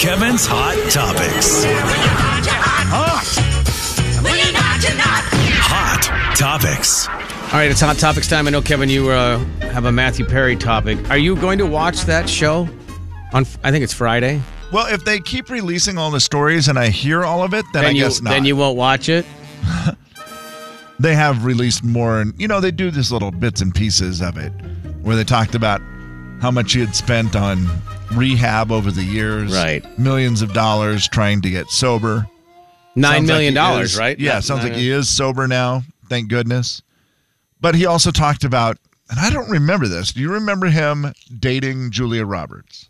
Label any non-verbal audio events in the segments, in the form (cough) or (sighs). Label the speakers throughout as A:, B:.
A: Kevin's Hot Topics. Hot Topics.
B: All right, it's Hot Topics time. I know, Kevin, you uh, have a Matthew Perry topic. Are you going to watch that show? On I think it's Friday.
C: Well, if they keep releasing all the stories and I hear all of it, then, I
B: you,
C: guess not.
B: Then you won't watch it.
C: they have released more, and you know they do this little bits and pieces of it, where they talked about how much he had spent on rehab over the years,
B: Right.
C: Millions of dollars trying to get sober.
B: Nine
C: Sounds like
B: million
C: he
B: dollars,
C: is-
B: right?
C: Yeah,
B: Not-
C: sounds
B: not-
C: like he is sober now. Thank goodness. But he also talked about, and I don't remember this. Do you remember him dating Julia Roberts?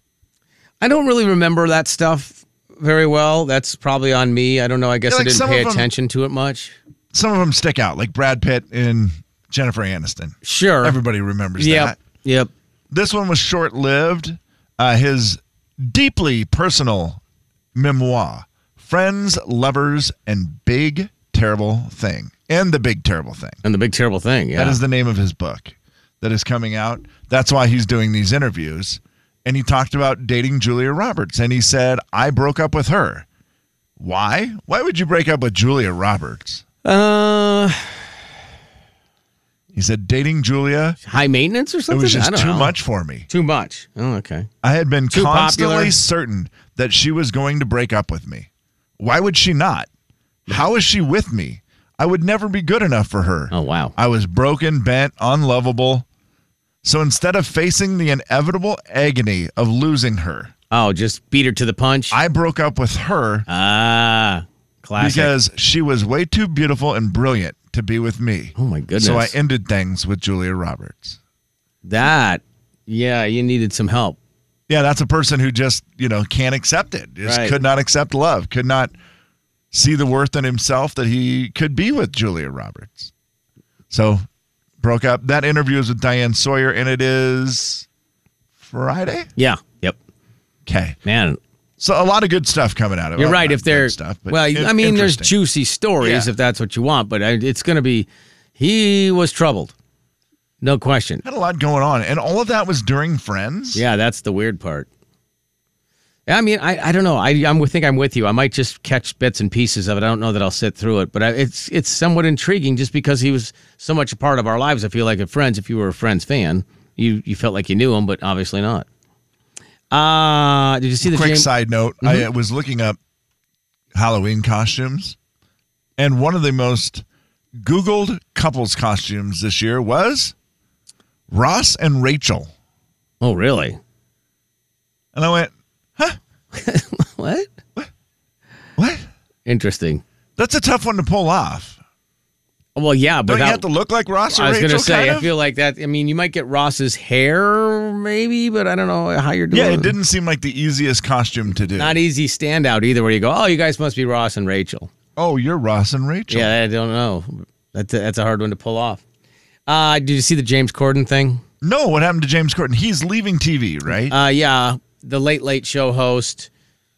B: I don't really remember that stuff very well. That's probably on me. I don't know. I guess
C: Yeah, like
B: I didn't
C: some
B: pay
C: of 'em-
B: attention to it much.
C: Some of them stick out, like Brad Pitt and Jennifer Aniston.
B: Sure.
C: Everybody remembers
B: yep.
C: that.
B: Yep.
C: This one was short lived. Uh, his deeply personal memoir, Friends, Lovers, and Big Terrible Thing. And The Big Terrible Thing.
B: And the big terrible thing. Yeah.
C: That is the name of his book that is coming out. That's why he's doing these interviews. And he talked about dating Julia Roberts. And he said, I broke up with her. Why? Why would you break up with Julia Roberts?
B: uh,
C: He said, dating Julia,
B: high maintenance or
C: it
B: something.
C: was
B: I
C: just
B: don't
C: too
B: know.
C: much for me.
B: Too much. Oh, okay.
C: I had been
B: Too
C: constantly
B: popular.
C: certain that she was going to break up with me. Why would she not? How is she with me? I would never be good enough for her.
B: Oh, wow.
C: I was broken, bent, unlovable. So instead of facing the inevitable agony of losing her,
B: Oh, just beat her to the punch.
C: I broke up with her
B: ah, classic.
C: because she was way too beautiful and brilliant to be with me.
B: Oh, my goodness.
C: So I ended things with Julia Roberts.
B: that. Yeah, you needed some help.
C: Yeah, that's a person who just, you know, can't accept it. Just
B: Right.
C: could not accept love, could not see the worth in himself that he could be with Julia Roberts. So broke up. That interview is with Diane Sawyer and it is Friday.
B: Yeah. Yep.
C: Okay.
B: Man,
C: So a lot of good stuff coming out of it.
B: You're
C: Well,
B: right.
C: not
B: If they're
C: good stuff, but
B: well,
C: in-
B: I mean, there's
C: interesting.
B: juicy stories
C: Yeah.
B: if that's what you want, but I- it's going to be. He was troubled, no question.
C: had a lot going on, and all of that was during Friends.
B: Yeah, that's the weird part. I mean, I, I don't know. I I'm, think I'm with you. I might just catch bits and pieces of it. I don't know that I'll sit through it, but I, it's it's somewhat intriguing just because he was so much a part of our lives. I feel like at Friends, if you were a Friends fan, you you felt like you knew him, but obviously not. Uh did you Mm-hmm. see the
C: Quick
B: James-
C: side note: I uh, was looking up Halloween costumes, and one of the most Googled couples costumes this year was Ross and Rachel.
B: Oh, really? (laughs)
C: And I went,
B: What?
C: "What?
B: Interesting.
C: That's a tough one to pull off.
B: Well, yeah, but
C: Don't you have to look like Ross or
B: I was
C: Rachel?"
B: gonna say,
C: kind
B: I
C: of?
B: feel like that. I mean, you might get Ross's hair, maybe, but I don't know how you're doing.
C: yeah, it didn't seem like the easiest costume to do.
B: Not easy standout either. Where you go, oh, you guys must be Ross and Rachel.
C: oh, you're Ross and Rachel.
B: Yeah, I don't know. That's a, that's a hard one to pull off. Uh, did you see the James Corden thing?
C: No, what happened to James Corden? He's leaving TV, right?
B: Uh, yeah, the Late Late Show host.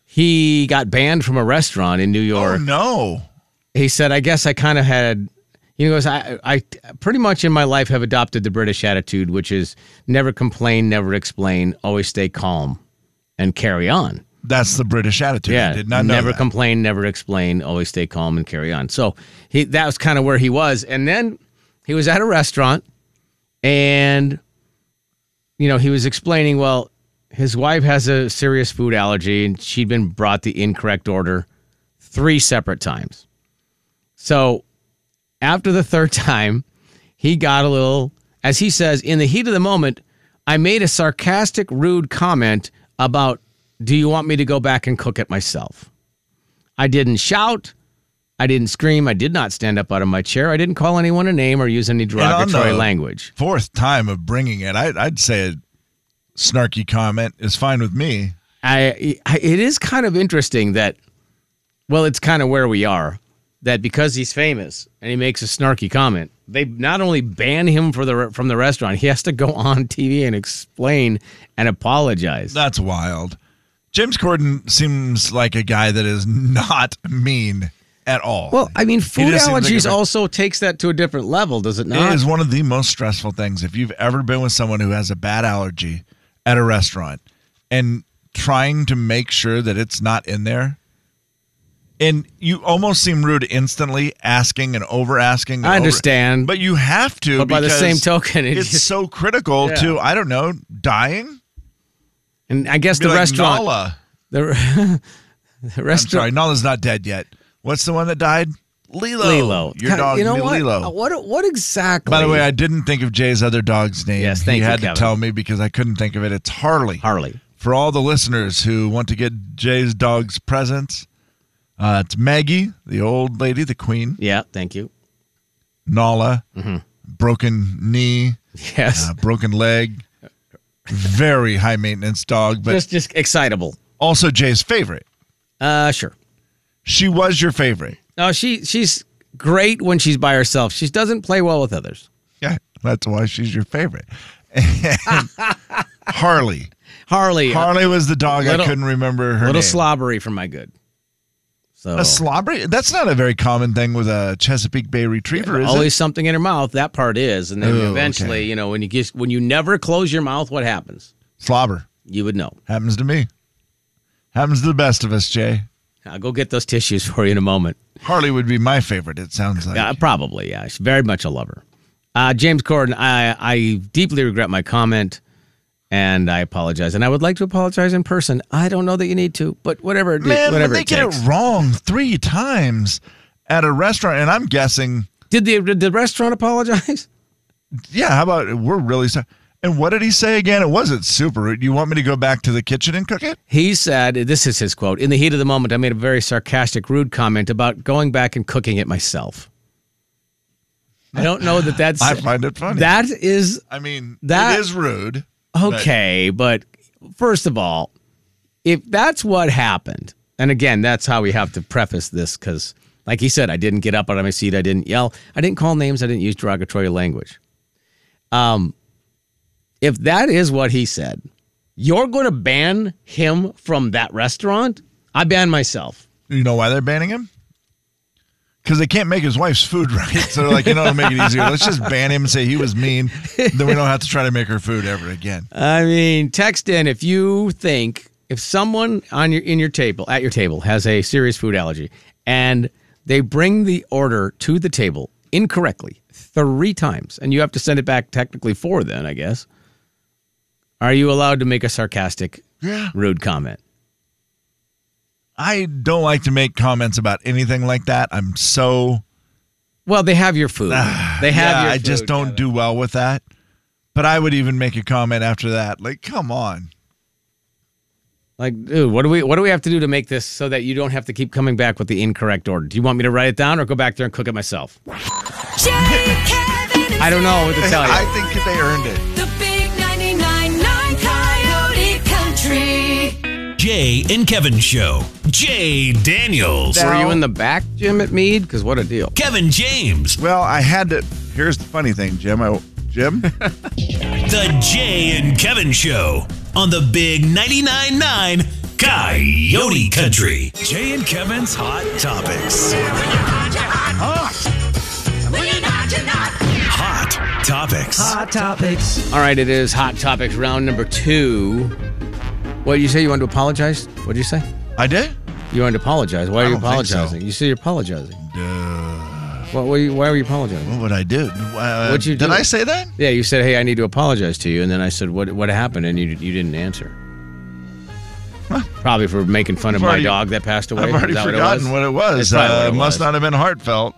B: He got banned from a restaurant in New
C: oh
B: York.
C: no.
B: he said, I guess I kind of had, he goes, I, I pretty much in my life have adopted the British attitude, which is never complain, never explain, always stay calm and carry on.
C: That's the British attitude.
B: Yeah.
C: I did not know
B: never
C: that.
B: complain, never explain, always stay calm and carry on. So he, that was kind of where he was. And then he was at a restaurant and, you know, he was explaining, well, his wife has a serious food allergy and she'd been brought the incorrect order three separate times. So after the third time, he got a little, as he says, in the heat of the moment, I made a sarcastic, rude comment about, Do you want me to go back and cook it myself? I didn't shout. I didn't scream. I did not stand up out of my chair. I didn't call anyone a name or use any
C: on
B: derogatory
C: the-
B: language.
C: Fourth time of bringing it. I, I'd say a snarky comment is fine with me.
B: I, I it is kind of interesting that well it's kind of where we are that because he's famous and he makes a snarky comment they not only ban him for the from the restaurant he has to go on TV and explain and apologize
C: That's wild. James Corden seems like a guy that is not mean at all.
B: well I mean food
C: just seems like a
B: allergies
C: ver-
B: also takes that to a different level does it not
C: it is one of the most stressful things if you've ever been with someone who has a bad allergy at a restaurant and trying to make sure that it's not in there. And you almost seem rude instantly asking and over asking. and
B: I
C: over-
B: understand.
C: but you have to.
B: But by the
C: because
B: same token, it
C: it's
B: just-
C: so critical
B: Yeah.
C: to I don't know dying.
B: and I guess
C: Be
B: the
C: like
B: restaurant,
C: Nala.
B: (laughs) the, the
C: I'm sorry,
B: restaurant,
C: Nala's not dead yet. What's the one that died? Lilo.
B: Lilo.
C: Your dog,
B: you know what? Oh,
C: Lilo.
B: What? What exactly?
C: By the way, I didn't think of Jay's other dog's name.
B: Yes, thank
C: he
B: you,
C: had
B: Kevin.
C: to tell me because I couldn't think of it. It's Harley.
B: Harley.
C: For all the listeners who want to get Jay's dog's presents, uh, it's Maggie, the old lady, the queen,
B: Yeah, thank you. (laughs)
C: Nala,
B: Mm-hmm.
C: broken knee,
B: Yes, (laughs)
C: uh, broken leg, very high maintenance dog, but
B: just just excitable.
C: also Jay's favorite.
B: Uh, sure.
C: She was your favorite.
B: No, she she's great when she's by herself. She doesn't play well with others.
C: Yeah, that's why she's your favorite.
B: (laughs)
C: And Harley.
B: Harley, a
C: Harley was the dog
B: Little-
C: I couldn't remember her
B: little Oh.
C: name.
B: slobbery for my good. So
C: A slobbery? That's not a very common thing with a Chesapeake Bay Retriever, is
B: always something in her mouth. That part is, and then
C: Oh,
B: eventually,
C: okay.
B: you know, when you just when you never close your mouth, what happens?
C: it? Slobber.
B: You would know.
C: Happens to me. Happens to the best of us, Jay.
B: I'll go get those tissues (laughs) for you in a moment.
C: Harley would be my favorite, it sounds like.
B: Yeah, probably. Yeah, she's very much a lover. Uh, James Corden, I, I deeply regret my comment, and I apologize. And I would like to apologize in person. I don't know that you need to, but whatever. it-
C: Man,
B: whatever
C: when they
B: it
C: get
B: takes.
C: it wrong three times at a restaurant, and I'm guessing,
B: Did the did the restaurant apologize? (laughs)
C: yeah, how about we're really sorry. And what did he say again? It wasn't super rude. You want me to go back to the kitchen and cook it?
B: He said, "This is his quote." In the heat of the moment, I made a very sarcastic, rude comment about going back and cooking it myself. I don't know that that's
C: (laughs) I find it funny.
B: that is
C: I mean,
B: That-
C: it is rude. but-
B: Okay, but, first of all, if that's what happened, and again, that's how we have to preface this because, like he said, I didn't get up out of my seat, I didn't yell, I didn't call names, I didn't use derogatory language. Um, if that is what he said, you're going to ban him from that restaurant. I ban myself.
C: You know why they're banning him? Because they can't make his wife's food right. (laughs) So they're like, you know, to make it easier, let's just ban him and say he was mean. Then we don't have to try to make her food ever again.
B: I mean, text in if you think if someone on your in your table at your table has a serious food allergy and they bring the order to the table incorrectly three times and you have to send it back technically four then, I guess. Are you allowed to make a sarcastic
C: Yeah.
B: rude comment?
C: I don't like to make comments about anything like that. I'm so
B: Well, they have your food. They have
C: (sighs) yeah,
B: your
C: I just
B: food,
C: don't
B: Kevin.
C: do well with that. But I would even make a comment after that. Like, come on.
B: Like, dude, what do we what do we have to do to make this so that you don't have to keep coming back with the incorrect order? Do you want me to write it down or go back there and cook it myself?
D: Jay, Kevin, and
B: I don't know what to
D: Slim.
B: tell you.
C: I think they earned it.
D: The big 99.9 Coyote Country.
A: Jay and Kevin Show. Jay Daniels.
C: That-
B: Were you
C: Now-
B: in the back, Jim, at Mead? Because what a deal.
A: Kevin James.
C: Well, I had to. Here's the funny thing, Jim. I,
B: (laughs)
C: Jim?
A: The Jay and Kevin Show on the Big 99.9 9 Coyote Country. Jay and Kevin's Hot Topics. Hot Topics.
B: All right, it is Hot Topics round number two. What you say? You want to apologize? What did you say?
C: I did?
B: You want to apologize? Why are
C: I
B: you
C: don't think so.
B: apologizing? You say you're apologizing. What, were you, why were you apologizing?
C: What would I do? Uh,
B: What'd you
C: did
B: do?
C: I say that?
B: Yeah, you said, "Hey, I need to apologize to you," and then I said, "What? What happened?" And you you didn't answer. Probably for making fun of
C: I've
B: my
C: already-
B: dog that passed away.
C: I've already
B: Is that
C: forgotten what it was.
B: That's probably
C: Uh,
B: what it
C: Must
B: was.
C: not have
B: (laughs)
C: been heartfelt.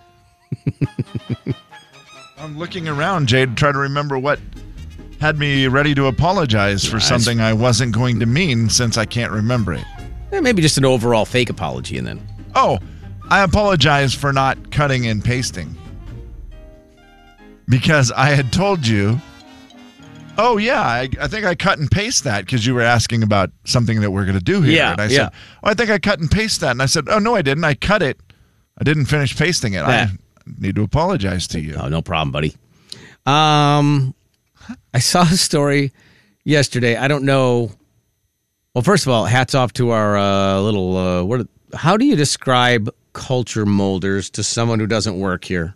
C: I'm looking around, Jade, to try to remember what had me ready to apologize for
B: Nice.
C: something I wasn't going to mean since I can't remember it.
B: Eh, Maybe just an overall fake apology, and then
C: Oh, I apologize for not cutting and pasting because I had told you. Oh yeah, I, I think I cut and paste that because you were asking about something that we're going to do here,
B: Yeah,
C: and I
B: yeah.
C: said, "Oh, I think I cut and paste that," and I said, "Oh no, I didn't. I cut it. I didn't finish pasting it.
B: That-
C: I need to apologize to you."
B: Oh, no problem, buddy. Um, I saw a story yesterday. I don't know. Well, first of all, hats off to our uh, little. Uh, what? How do you describe culture molders to someone who doesn't work here?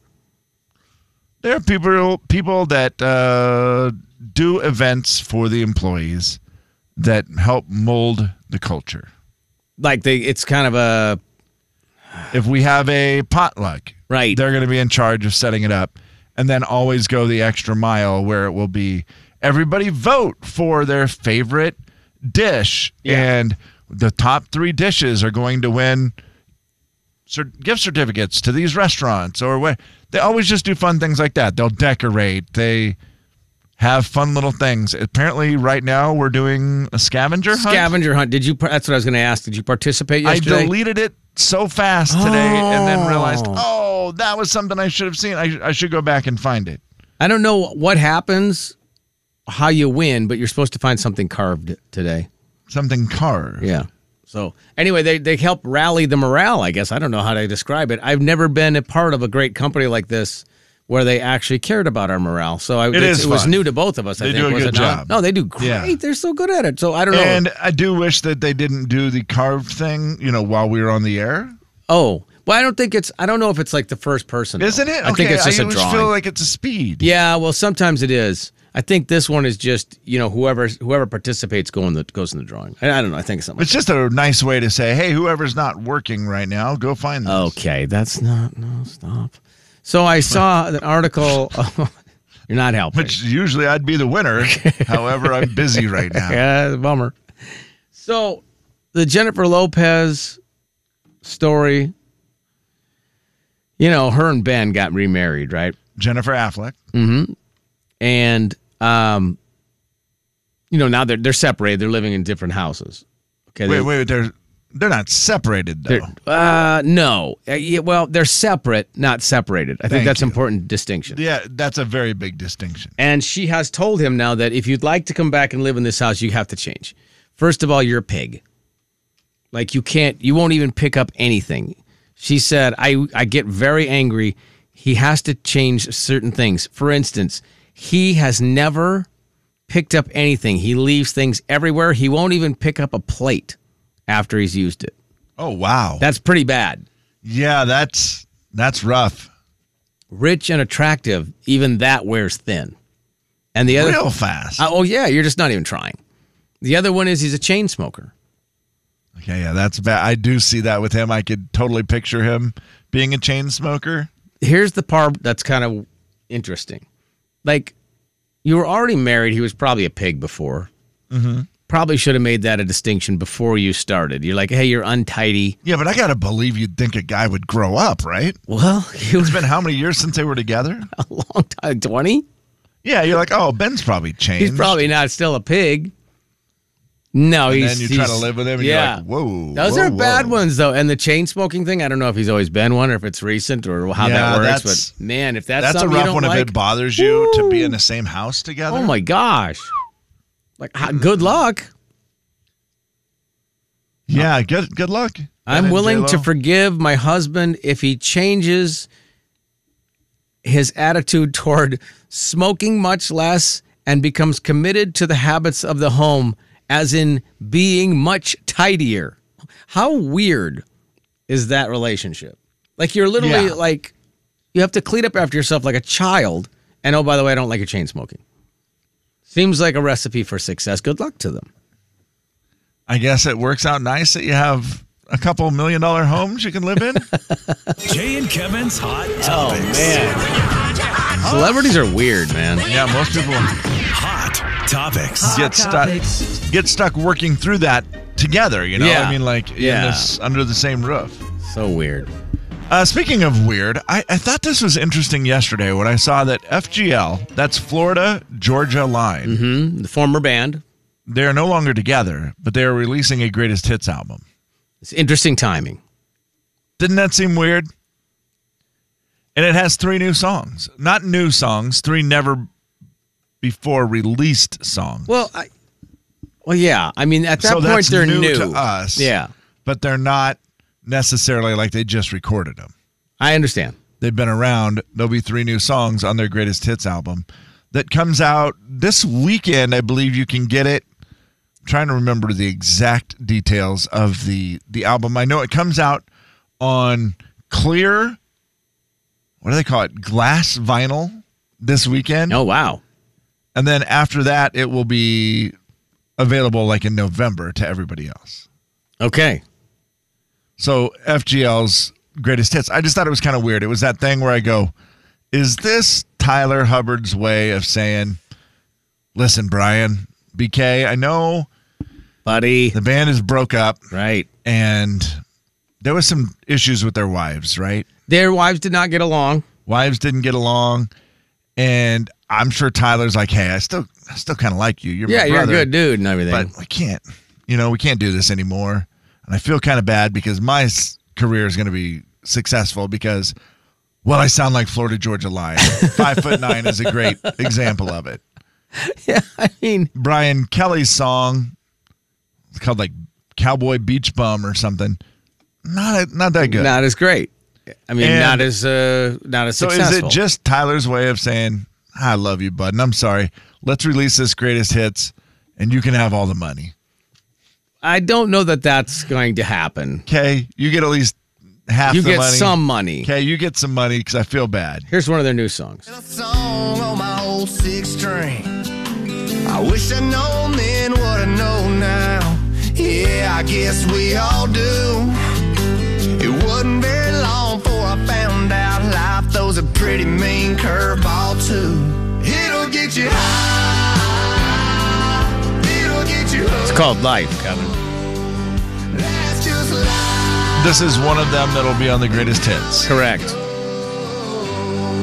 C: There are people people that uh, do events for the employees that help mold the culture.
B: Like they, it's kind of a
C: If we have a potluck,
B: Right.
C: they're going to be in charge of setting it up and then always go the extra mile where it will be everybody vote for their favorite dish
B: Yeah.
C: and the top 3 dishes are going to win cer- gift certificates to these restaurants or what they always just do fun things like that. They'll decorate, they have fun little things. Apparently right now we're doing a scavenger hunt.
B: scavenger hunt. Did you? par- That's what I was going to ask. Did you participate
C: I
B: yesterday?
C: deleted it so fast today and then realized,
B: Oh.
C: oh, that was something I should have seen. I, I should go back and find it.
B: I don't know what happens, how you win, but you're supposed to find something carved today.
C: Something carved.
B: Yeah. So anyway, they they help rally the morale. I guess I don't know how to describe it. I've never been a part of a great company like this where they actually cared about our morale. So I, it,
C: is
B: it was
C: fun.
B: new to both of us. I
C: They
B: think,
C: do a
B: was
C: good
B: it not?
C: job.
B: No, they do great.
C: Yeah.
B: They're so good at it. So I don't know.
C: And I do wish that they didn't do the carved thing, you know, while we were on the air.
B: oh, well, I don't think it's. I don't know if it's like the first person, though.
C: Isn't it?
B: I think it's just
C: I
B: a
C: always
B: drawing.
C: feel like it's a speed.
B: yeah. Well, sometimes it is. I think this one is just you know whoever whoever participates going the goes in the drawing. I, I don't know. I think it's something.
C: It's just a nice way to say, hey, whoever's not working right now, go find them.
B: Okay, that's not no stop. So I saw an article. (laughs) you're not helping.
C: Which usually I'd be
B: (laughs)
C: the winner. However, I'm busy right now.
B: yeah, bummer. So the Jennifer Lopez story. You know, her and Ben got remarried, right?
C: Jennifer Affleck.
B: And um, you know now they're they're separated. They're living in different houses. Okay.
C: Wait,
B: they-
C: wait, they're they're not separated though.
B: they're- uh, no. Uh, yeah, well, they're separate, not separated. I
C: Thank
B: think that's
C: you.
B: important distinction.
C: yeah, that's a very big distinction.
B: And she has told him now that if you'd like to come back and live in this house, you have to change. First of all, you're a pig. Like you can't, you won't even pick up anything. She said, I, I get very angry. He has to change certain things. For instance, he has never picked up anything. He leaves things everywhere. He won't even pick up a plate after he's used it.
C: Oh wow.
B: That's pretty bad.
C: Yeah, that's that's rough.
B: Rich and attractive, even that wears thin. And the other
C: Real fast.
B: Uh, oh yeah, you're just not even trying. The other one is he's a chain smoker.
C: okay, yeah, that's bad. I do see that with him. I could totally picture him being a chain smoker.
B: Here's the part that's kind of interesting. Like you were already married. He was probably a pig before.
C: Mm-hmm.
B: Probably should have made that a distinction before you started. You're like, hey, you're untidy.
C: Yeah, but I gotta believe you'd think a guy would grow up, right?
B: Well, (laughs) you
C: It's
B: was
C: been how many years since they were
B: (laughs)
C: together?
B: a long time, twenty.
C: Yeah, you're like, oh, Ben's probably changed.
B: He's probably not still a pig. No,
C: And
B: he's.
C: then you try to
B: he's-
C: live with him, and
B: yeah.
C: you're like, whoa.
B: Those
C: whoa,
B: are bad
C: whoa.
B: ones though, and the chain smoking thing. I don't know if he's always been one, or if it's recent, or how that
C: Yeah,
B: works.
C: that's-
B: but man, if that's
C: That's a
B: something you
C: rough
B: don't
C: one
B: like,
C: if it bothers you to be in the same house together.
B: Oh my gosh! Mm-hmm. Like, h- good luck.
C: Yeah, good good luck. Ben
B: I'm
C: and
B: willing to
C: J-Lo.
B: forgive my husband if he changes his attitude toward smoking much less and becomes committed to the habits of the home, as in being much tidier. How weird is that relationship? Like, you're literally
C: Yeah.
B: like, you have to clean up after yourself like a child. And oh, by the way, I don't like your chain smoking. Seems like a recipe for success. Good luck to them.
C: I guess it works out nice that you have a couple million dollar homes you can
B: (laughs)
C: live in.
A: Jay and Kevin's Hot
B: Oh
A: Topics.
B: man. Celebrities are weird, man.
C: yeah, most people
A: Hot Topics.
C: get stuck get stuck working through that together you know
B: Yeah.
C: i mean like in
B: Yeah.
C: this, under the same roof
B: So weird.
C: uh, speaking of weird I, I thought this was interesting yesterday when i saw that fgl that's florida georgia line
B: The former band.
C: they are no longer together but they are releasing a greatest hits album
B: It's interesting timing.
C: didn't that seem weird and it has three new songs not new songs three never before released songs
B: Well, I, well, yeah. I mean, at that
C: So
B: point,
C: that's
B: they're
C: new
B: new,
C: to us.
B: Yeah,
C: but they're not necessarily like they just recorded them
B: I understand.
C: They've been around. There'll be three new songs on their greatest hits album that comes out this weekend. I believe you can get it. I'm trying to remember the exact details of the the album. I know it comes out on clear. What do they call it? Glass vinyl this weekend,
B: Oh wow.
C: and then after that, it will be available like in November to everybody else.
B: Okay.
C: So FGL's greatest hits. I just thought it was kind of weird. It was that thing where I go, is this Tyler Hubbard's way of saying, listen, Brian, BK, I know
B: Buddy.
C: the band is broke up
B: Right.
C: and there was some issues with their wives, right?
B: Their wives did not get along.
C: Wives didn't get along. And I'm sure Tyler's like, hey, I still I still kind of like you. You're
B: Yeah,
C: my
B: you're a
C: brother,
B: good dude and everything.
C: But we can't, you know, we can't do this anymore. And I feel kind of bad because my s- career is going to be successful because, well, I sound like Florida Georgia Line.
B: (laughs)
C: Five foot nine is a great example of it.
B: yeah, (laughs) I mean,
C: Brian Kelly's song, it's called like Cowboy Beach Bum or something. Not not that good.
B: not as great. I mean,
C: And-
B: not as uh, not as
C: so
B: successful.
C: is it just Tyler's way of saying, "I love you, bud, and I'm sorry. Let's release this greatest hits, and you can have all the money."
B: I don't know that that's going to happen.
C: Okay, you get at least half.
B: You
C: the
B: get
C: money.
B: some money.
C: Okay, you get some money because I feel bad.
B: Here's one of their new songs.
E: a song on my old six string. I wish I'd known then what I know now. Yeah, I guess we all do. It wasn't very long before I found out life throws a pretty mean curveball too. It'll get you high. It'll get you
B: It's
E: hooked.
B: called Life, Kevin.
E: That's just life.
C: This is one of them that'll be on the greatest hits.
B: Correct.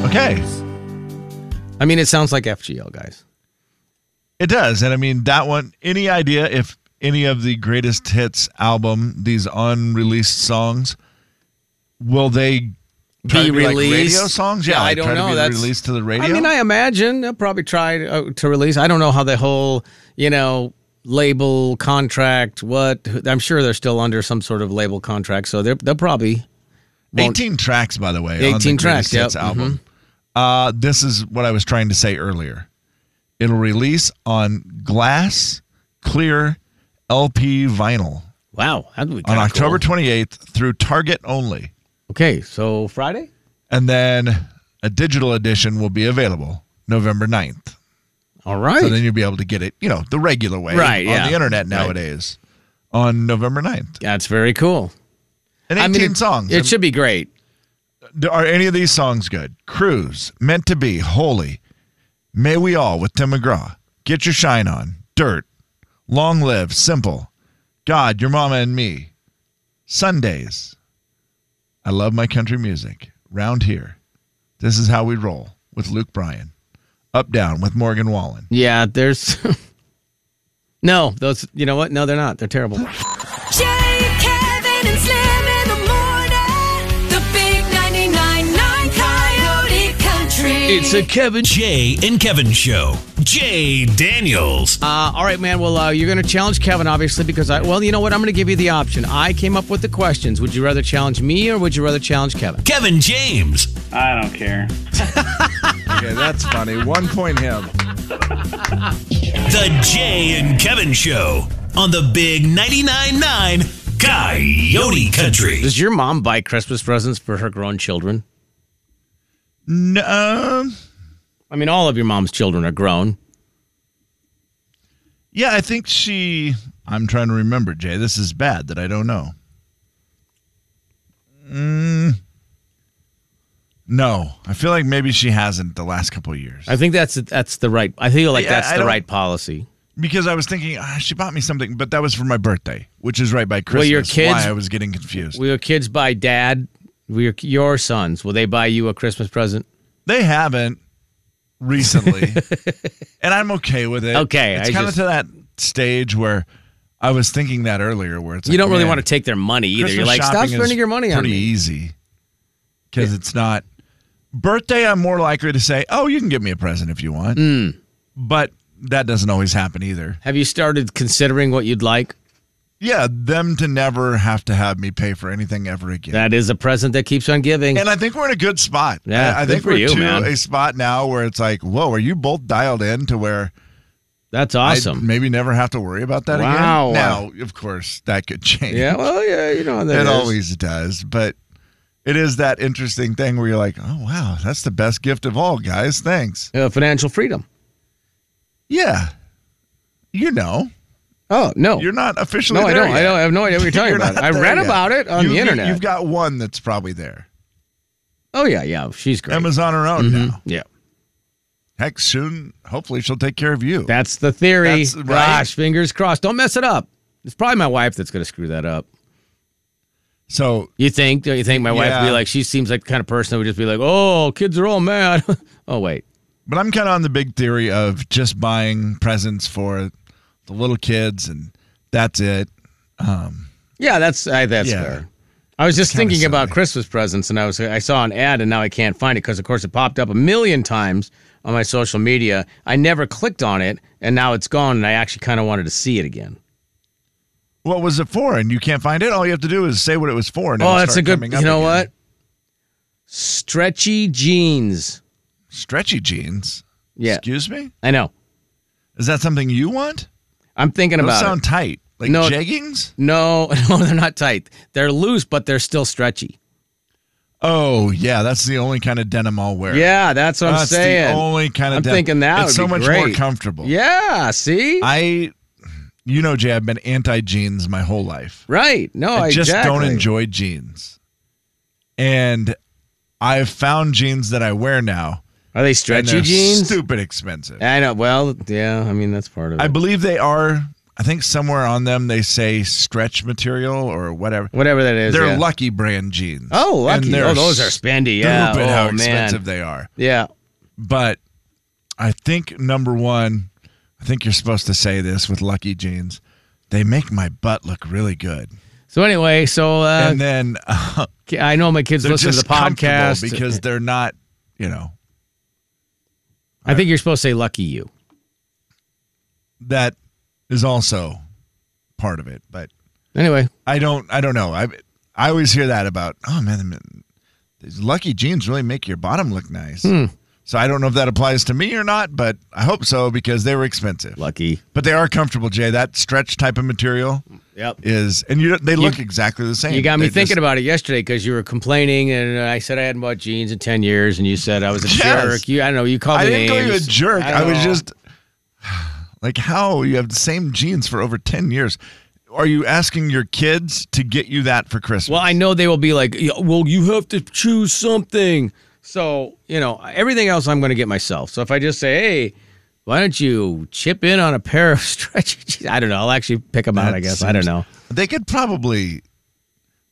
C: Okay,
B: I mean, it sounds like FGL, guys.
C: it does, and I mean that one. Any idea if any of the greatest hits album, these unreleased songs, will they? Try
B: Be
C: to like,
B: released?
C: radio songs, yeah.
B: I
C: like,
B: don't
C: try
B: know.
C: To be
B: That's-
C: released to the radio.
B: I mean, I imagine they'll probably try to, uh, to release. I don't know how the whole, you know, label contract. What I'm sure they're still under some sort of label contract, so they're, they'll probably won't-
C: 18 tracks, by the way. 18 on the
B: 18 tracks,
C: tracks, Hits
B: yep, mm-hmm.
C: album. Uh, this is what I was trying to say earlier. It'll release on glass clear LP vinyl
B: Wow, that'd be
C: on
B: kinda
C: October
B: cool.
C: 28th through Target only.
B: okay, so Friday.
C: And then a digital edition will be available November 9th.
B: All right.
C: So then you'll be able to get it, you know, the regular way
B: Right,
C: on
B: yeah.
C: the internet
B: Right.
C: nowadays on November 9th.
B: That's very cool.
C: And 18
B: I mean, it-
C: songs.
B: It should be great.
C: Are any of these songs good? Cruise, Meant to Be, Holy, May We All with Tim McGraw, Get Your Shine On, Dirt, Long Live, Simple, God, Your Mama and Me, Sundays, I Love My Country Music, Round Here, This Is How We Roll with Luke Bryan, Up Down with Morgan Wallen.
B: Yeah, there's. (laughs) no, those. You know what? No, they're not. They're terrible.
D: Jay, Kevin, and Slim in the morning. The big 99.9 Coyote Country.
B: Kevin.
A: Jay and Kevin Show. Jay Daniels.
B: Uh, all right, man. Well, uh, you're going to challenge Kevin, obviously, because I. Well, you know what? I'm going to give you the option. I came up with the questions. Would you rather challenge me or would you rather challenge Kevin?
A: Kevin James.
F: I don't care.
C: Okay, that's funny. One point him.
A: The Jay and Kevin Show on the Big 99.9 9 Coyote Country.
B: Does your mom buy Christmas presents for her grown children?
C: No, um,
B: I mean, all of your mom's children are grown.
C: yeah, I think she. I'm trying to remember, Jay. This is bad that I don't know. Mm, no, I feel like maybe she hasn't the last couple of years.
B: I think that's that's the right. I feel like
C: Yeah,
B: that's
C: I
B: the
C: don't-
B: right policy.
C: because I was thinking ah, she bought me something, but that was for my birthday, which is right by Christmas.
B: your kids-
C: Why I was getting confused.
B: Will your kids buy dad? Will your, your sons? Will they buy you a Christmas present?
C: they haven't
B: (laughs)
C: recently, and I'm okay with it.
B: Okay,
C: it's
B: I
C: kind of
B: just-
C: to that stage where I was thinking that earlier, where it's
B: You don't really
C: want
B: want to take their money either. You're
C: Christmas
B: like, stop
C: shopping is
B: spending your money on
C: pretty
B: me.
C: easy because it's not birthday. I'm more likely to say, "Oh, you can give me a present if you want,"
B: Hmm.
C: but that doesn't always happen either.
B: Have you started considering what you'd like?
C: Yeah, them to never have to have me pay for anything ever again.
B: That is a present that keeps on giving.
C: and I think we're in a good spot.
B: Yeah,
C: I, I
B: good
C: think
B: for
C: we're
B: you,
C: to
B: man.
C: a spot now where it's like, whoa, are you both dialed in to where
B: That's
C: I
B: awesome.
C: maybe never have to worry about that
B: Wow.
C: again? Now, of course, that could (laughs) change.
B: yeah, well, yeah, you know how that
C: it
B: is.
C: always does, but it is that interesting thing where you're like, oh wow, that's the best gift of all, guys. Thanks.
B: Uh, financial freedom.
C: Yeah, you know,
B: Oh no,
C: You're not officially
B: no, I
C: there
B: don't. I
C: yet.
B: don't I have no idea what
C: (laughs)
B: you're talking
C: You're
B: about.
C: not
B: I
C: there
B: read
C: yet.
B: about it on
C: You-
B: the
C: you-
B: internet.
C: You've got one that's probably there.
B: oh yeah, yeah, she's great.
C: Emma's on her own
B: Mhm.
C: (laughs) now.
B: Yeah,
C: Heck, soon, hopefully, she'll take care of you.
B: that's the theory.
C: That's right.
B: Gosh, fingers crossed. Don't mess it up. It's probably my wife that's going to screw that up.
C: so
B: You think? Don't you think my wife would be
C: Yeah.
B: like? She seems like the kind of person that would just be like, "Oh, kids are all mad." (laughs) oh wait,
C: But I'm kind of on the big theory of just buying presents for the little kids, and that's it.
B: yeah, that's I, that's
C: Yeah.
B: fair. I was just
C: Kinda
B: thinking about
C: silly.
B: Christmas presents, and I was I saw an ad, and now I can't find it because, of course, it popped up a million times on my social media. I never clicked on it, and now it's gone, and I actually kind of wanted to see it again.
C: What was it for? And you can't find it. All you have to do is say what it was for. And it'll
B: oh, that's a
C: start
B: good.
C: coming up
B: You know
C: again.
B: what? Stretchy jeans.
C: Stretchy jeans.
B: Yeah,
C: Excuse me.
B: I know.
C: Is that something you want?
B: I'm thinking
C: Those
B: about
C: sound
B: it.
C: tight, like
B: No.
C: jeggings.
B: No, (laughs) no, they're not tight. They're loose, but they're still stretchy.
C: Oh yeah, that's the only kind of denim I'll wear.
B: Yeah, that's what I'm
C: that's
B: saying.
C: the only kind of.
B: I'm
C: denim.
B: thinking that
C: it's
B: would
C: so
B: be
C: much more
B: great.
C: comfortable.
B: yeah, see,
C: I, you know, Jay, I've been anti jeans my whole life.
B: right? No,
C: I just don't
B: Oh, exactly.
C: enjoy jeans. And I've found jeans that I wear now.
B: Are they
C: and
B: stretchy
C: they're
B: jeans?
C: Stupid expensive.
B: I know. Well, yeah. I mean, that's part of it.
C: I believe they are. I think somewhere on them they say stretch material or whatever.
B: Whatever that is.
C: They're
B: yeah.
C: Lucky brand jeans.
B: Oh, lucky.
C: And they're
B: Oh, those are spendy. Yeah.
C: Stupid
B: oh
C: how
B: man.
C: expensive they are.
B: Yeah.
C: But I think number one, I think you're supposed to say this with Lucky jeans. They make my butt look really good.
B: So anyway, so uh,
C: and then (laughs)
B: ki- I know my kids
C: they're
B: listen to
C: just
B: the podcast (laughs)
C: comfortable because they're not, you know,
B: I think you're supposed to say "lucky you."
C: that is also part of it. But
B: Anyway,
C: I don't, I don't know. I I always hear that about. Oh man, the- these lucky jeans really make your bottom look nice.
B: Hmm.
C: So I don't know if that applies to me or not, but I hope so because they were expensive.
B: lucky.
C: But they are comfortable, Jay. That stretch type of material
B: Yep.
C: is, and you they look exactly the same.
B: You got me
C: They
B: thinking
C: just-
B: about it yesterday because you were complaining, and I said I hadn't bought jeans in ten years, and you said I was a
C: Yes.
B: jerk. You, I don't know. You called
C: I
B: me
C: didn't call you a
B: names.
C: jerk. I,
B: don't
C: was
B: know.
C: just (sighs) like, how you have the same jeans for over ten years? Are you asking your kids to get you that for Christmas?
B: Well, I know they will be like, "Yeah, well, you have to choose something. So, you know, everything else I'm going to get myself. So if I just say, hey, why don't you chip in on a pair of (laughs) stretchy jeans? I don't know. I'll actually pick them out,
C: That
B: I guess. I don't
C: seems-
B: know.
C: They could probably.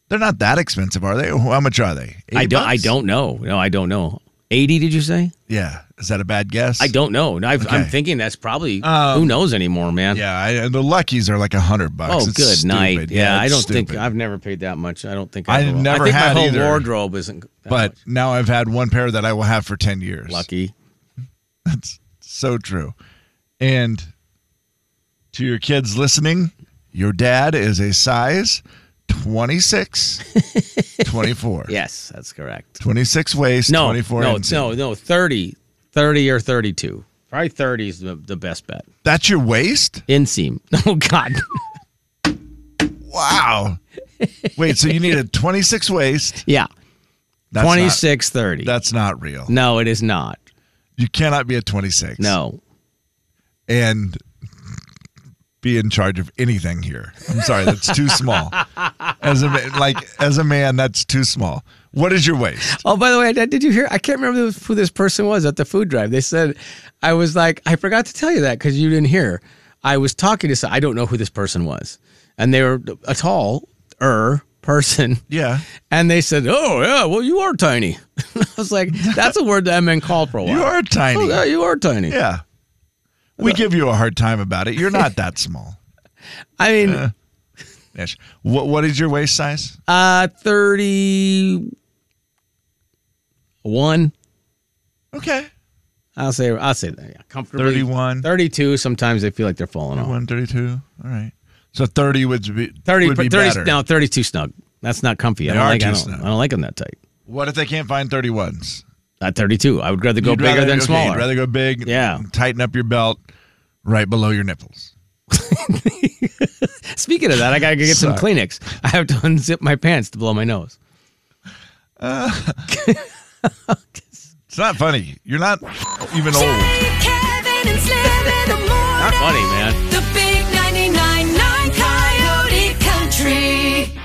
C: They're not that expensive, are they? How much are they?
B: I
C: 80
B: don't, I
C: bucks?
B: don't know. No, I don't know. 80, did you say?
C: Yeah, is that a bad guess?
B: I don't know. No, I've, I'm
C: Okay.
B: thinking that's probably,
C: Um,
B: who knows anymore, man.
C: Yeah, I, and the luckies are like a hundred bucks.
B: Oh,
C: It's
B: good
C: stupid.
B: night. Yeah, I
C: it's
B: don't think
C: stupid.
B: I've never paid that much. I don't think
C: I
B: ever will.
C: never
B: I think
C: had
B: my whole
C: either.
B: wardrobe isn't. that
C: But
B: much.
C: now I've had one pair that I will have for ten years.
B: lucky.
C: (laughs) That's so true. And to your kids listening, your dad is a size 26,
B: (laughs)
C: 24.
B: Yes, that's correct.
C: 26 waist,
B: No,
C: 24
B: no,
C: inseam.
B: no, no, 30, 30 or 32. Probably 30 is the, the best bet.
C: That's your waist?
B: Inseam. (laughs) Oh, God.
C: Wow. Wait, so you need a 26 waist?
B: yeah.
C: That's
B: twenty six thirty.
C: Not, that's not real.
B: no, it is not.
C: You cannot be a 26.
B: No.
C: And be in charge of anything here. I'm sorry, that's too small. As a ma- like as a man, that's too small. What is your waist?
B: Oh, by the way, Dad, did you hear? I can't remember who this person was at the food drive. They said, I was like, I forgot to tell you that because you didn't hear. I was talking to some, I don't know who this person was. And they were a tall, er, person. (laughs)
C: Yeah.
B: And they said, Oh, yeah, well, you are tiny. (laughs) I was like, That's a word that I've been called for a while.
C: You are tiny.
B: Oh, yeah, you are tiny.
C: Yeah. We give you a hard time about it. You're not that small.
B: I mean,
C: Uh. Ish. What what is your waist size?
B: uh, 31.
C: Okay.
B: I'll say, I'll say that. Yeah, comfortably.
C: 31.
B: 32. Sometimes they feel like they're falling off.
C: 132. All right. So 30 would be
B: 30,
C: would be
B: 30
C: better.
B: no, 32 snug. That's not comfy. I
C: They
B: don't,
C: are
B: like, I,
C: too
B: don't,
C: snug.
B: I don't like them that tight.
C: What if they can't find 31s?
B: At 32, I would rather go
C: You'd
B: bigger
C: rather-
B: than
C: okay,
B: smaller.
C: You'd rather go big.
B: Yeah.
C: Tighten up your belt right below your nipples.
B: Speaking of that, I got to get some
C: Sorry.
B: Kleenex. I have to (laughs) unzip my pants to blow my nose.
C: It's not funny. You're not even
B: (laughs)
C: old.
D: Jay, Kevin, and Slim in the morning.
B: Not funny, man.
D: The big 999 country.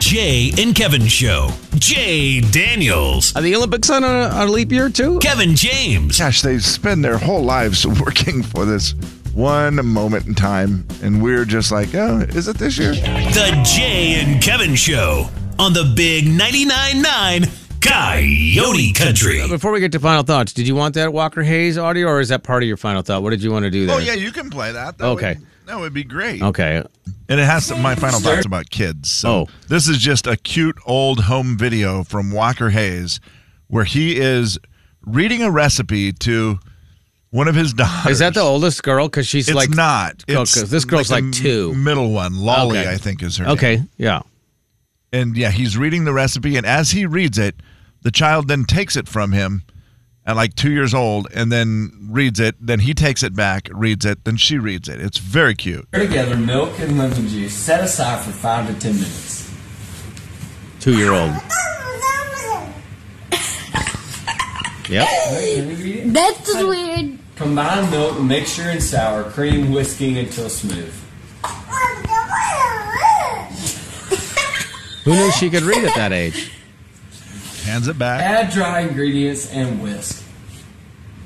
A: Jay and Kevin Show. Jay Daniels.
B: Are the Olympics on a, on a leap year too?
A: Kevin James.
C: Gosh, they spend their whole lives (laughs) working for this one moment in time, and we're just like, oh, is it this year?
A: The Jay and Kevin Show on the Big 99.9 9 Coyote Country.
B: Before we get to final thoughts, did you want that Walker Hayes audio, or is that part of your final thought? What did you want to do there?
C: Oh yeah, you can play that. that
B: Okay.
C: would- that would be great.
B: Okay.
C: And it has some, my final thoughts about kids. So
B: Oh.
C: this is just a cute old home video from Walker Hayes, where he is reading a recipe to one of his daughters.
B: Is that the oldest girl? Because she's
C: It's
B: like
C: not.
B: girl-
C: It's
B: 'cause this girl's like
C: the
B: two.
C: Middle one, Lolly,
B: Okay.
C: I think is her. name.
B: Okay. Yeah.
C: And yeah, he's reading the recipe, and as he reads it, the child then takes it from him at like two years old, and then reads it. Then he takes it back, reads it, then she reads it. It's very cute.
F: Stir together milk and lemon juice. Set aside for five to ten minutes.
B: Two year old. Yep.
F: Can you read it?
G: That's weird.
F: Combine milk, mixture, and sour cream, whisking until smooth.
B: Who knew she could read at that age?
C: Hands it back.
F: Add dry ingredients and whisk.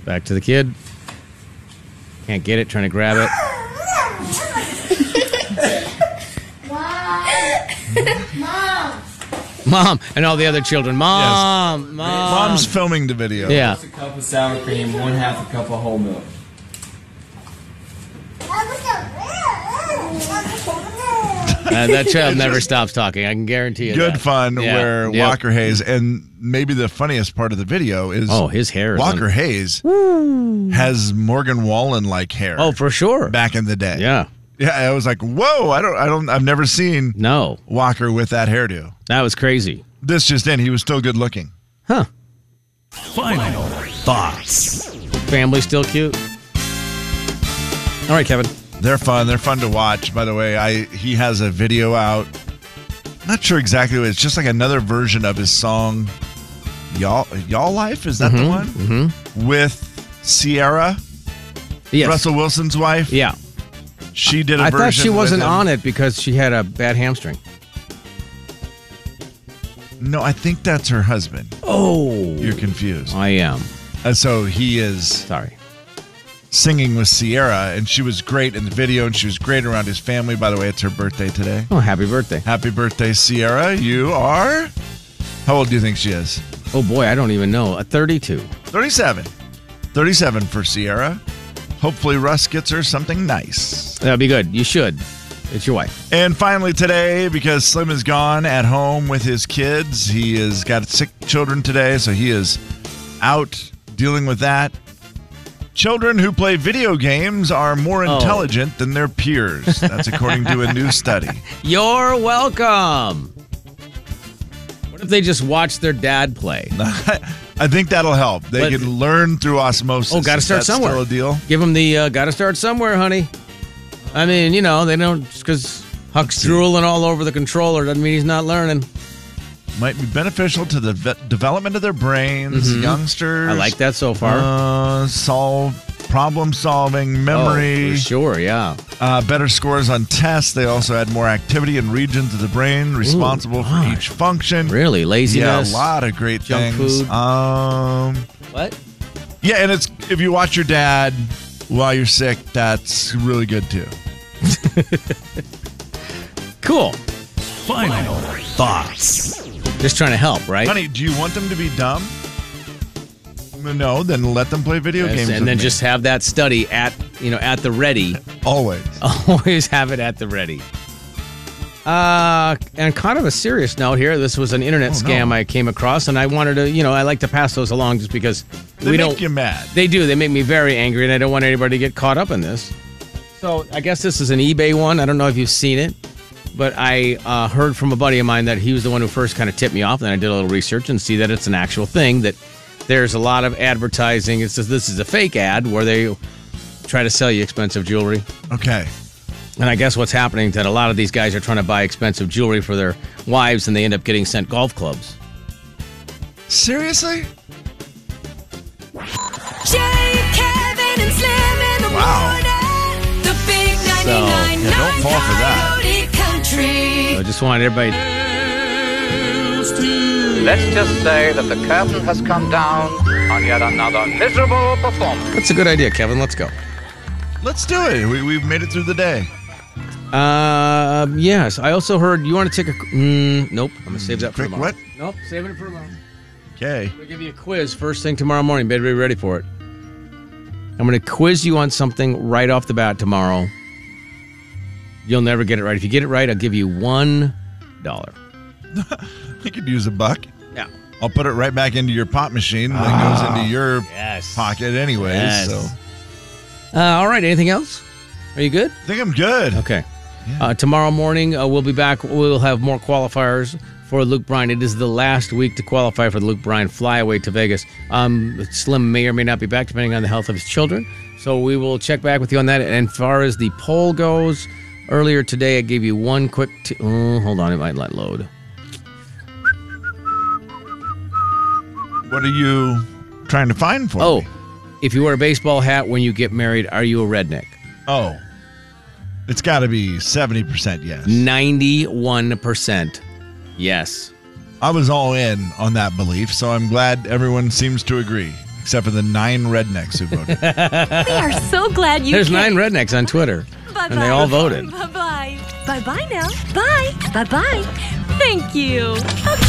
B: Back to the kid. Can't get it. Trying to grab it. (laughs) Mom and all the other children. Mom. Mom.
C: Mom's filming the video.
B: Yeah.
F: Just a cup of sour cream, one half a cup of whole milk.
B: Uh, that child never stops talking. I can guarantee you.
C: good
B: that.
C: fun
B: Yeah.
C: where
B: Yep.
C: Walker Hayes and maybe the funniest part of the video is
B: Oh, his hair. Is
C: Walker
B: on-
C: Hayes has Morgan Wallen like hair.
B: Oh, for sure.
C: back in the day.
B: Yeah.
C: yeah. I was like, whoa! I don't, I don't, I've never seen
B: No,
C: Walker with that hairdo.
B: that was crazy.
C: This just in, he was still good looking.
B: Huh.
A: Final thoughts.
B: Family still cute. All right, Kevin.
C: They're fun. They're fun to watch. By the way, I he has a video out. Not sure exactly. what It's just like another version of his song, "Y'all Y'all Life." Is that
B: Mm-hmm,
C: the one with Sierra,
B: Yes.
C: Russell Wilson's wife?
B: Yeah.
C: She did. a
B: I
C: version
B: thought she
C: with
B: wasn't
C: him.
B: on it because she had a bad hamstring.
C: No, I think that's her husband.
B: Oh.
C: You're confused.
B: I am.
C: Uh, so he is
B: Sorry.
C: singing with Sierra, and she was great in the video, and she was great around his family. By the way, it's her birthday today.
B: Oh, happy birthday.
C: Happy birthday, Sierra! You are. How old do you think she is?
B: Oh, boy. I don't even know. A 32.
C: 37. 37 for Sierra. Hopefully, Russ gets her something nice.
B: That'd be good. You should. It's your wife.
C: And finally, today, because Slim is gone at home with his kids, he has got sick children today, so he is out dealing with that. Children who play video games are more
B: Oh.
C: intelligent than their peers. That's according to
B: (laughs)
C: a new study.
B: You're welcome. What if they just watched their dad play?
C: I think that'll help. They
B: But-
C: can learn through osmosis.
B: Oh, got to
C: Is
B: start
C: that
B: somewhere.
C: Still a deal.
B: Give them the uh, got to start somewhere, honey. I mean, you know, they don't just because Huck's drooling all over the controller doesn't mean he's not learning.
C: Might be beneficial to the ve- development of their brains, youngsters.
B: Mm-hmm. I like that so far.
C: Uh, solve problem solving,
B: Oh,
C: memory,
B: for sure, yeah.
C: uh, better scores on tests. They also had more activity in regions of the brain responsible for
B: God.
C: each function.
B: Really,
C: Yeah, a
B: laziness.
C: lot of great
B: Junk
C: things.
B: food.
C: Um,
B: What?
C: yeah, and it's if you watch your dad while you're sick, that's really good too.
B: Cool.
A: Final thoughts.
B: Just trying to help, right?
C: Honey, do you want them to be dumb? No, then let them play video
B: Yes,
C: games. with
B: and then
C: me.
B: just have that study at you know at the ready.
C: always.
B: Oh, Always have it at the ready. Uh, and kind of a serious note here. This was an internet
C: Oh, no.
B: scam I came across, and I wanted to, you know, I like to pass those along just because
C: They
B: we
C: make
B: don't
C: you mad.
B: They do. They make me very angry, and I don't want anybody to get caught up in this. So I guess this is an eBay one. I don't know if you've seen it, but I uh, heard from a buddy of mine that he was the one who first kind of tipped me off. Then I did a little research and see that it's an actual thing. That there's a lot of advertising. It's just, this is a fake ad where they try to sell you expensive jewelry.
C: Okay.
B: And I guess what's happening is that a lot of these guys are trying to buy expensive jewelry for their wives, and they end up getting sent golf clubs.
C: Seriously?
D: Jay, Kevin, and Slim in the
C: Wow.
D: morning. The big 99.9
C: Yeah, don't fall for that.
D: Coyote
B: So
D: country.
B: I just wanted everybody.
G: Let's just say that the curtain has come down on yet another miserable performance.
B: That's a good idea, Kevin. Let's go.
C: Let's do it. We, we've made it through the day.
B: Um, yes, I also heard you want to take a. Mm, nope, I'm gonna save that for
C: Quick,
B: tomorrow.
C: what?
B: Nope, saving it for tomorrow.
C: Okay. (laughs)
B: I'm gonna give you a quiz first thing tomorrow morning. Better be ready for it. I'm gonna quiz you on something right off the bat tomorrow. You'll never get it right. If you get it right, I'll give you one dollar.
C: You could use a buck.
B: Yeah.
C: I'll put it right back into your pot machine. and then goes into your
B: Ah, Yes.
C: pocket, anyways.
B: Yes.
C: So
B: Uh, all right. Anything else? Are you good?
C: I think I'm good.
B: Okay. Uh, tomorrow morning, uh, we'll be back. We'll have more qualifiers for Luke Bryan. It is the last week to qualify for the Luke Bryan flyaway to Vegas. Um, Slim may or may not be back, depending on the health of his children. So we will check back with you on that. And as far as the poll goes, earlier today, I gave you one quick. T- oh, hold on, it might not load.
C: What are you trying to find for
B: Oh,
C: me?
B: if you wear a baseball hat when you get married, are you a redneck?
C: Oh. It's got to be 70% yes.
B: 91%. Yes.
C: I was all in on that belief, so I'm glad everyone seems to agree, except for the nine rednecks who voted.
H: We are so glad you
B: There's
H: came.
B: nine rednecks on Twitter,
H: Bye-bye.
B: and they all voted.
H: Bye bye. Bye bye now. Bye. Bye bye. Thank you. Okay.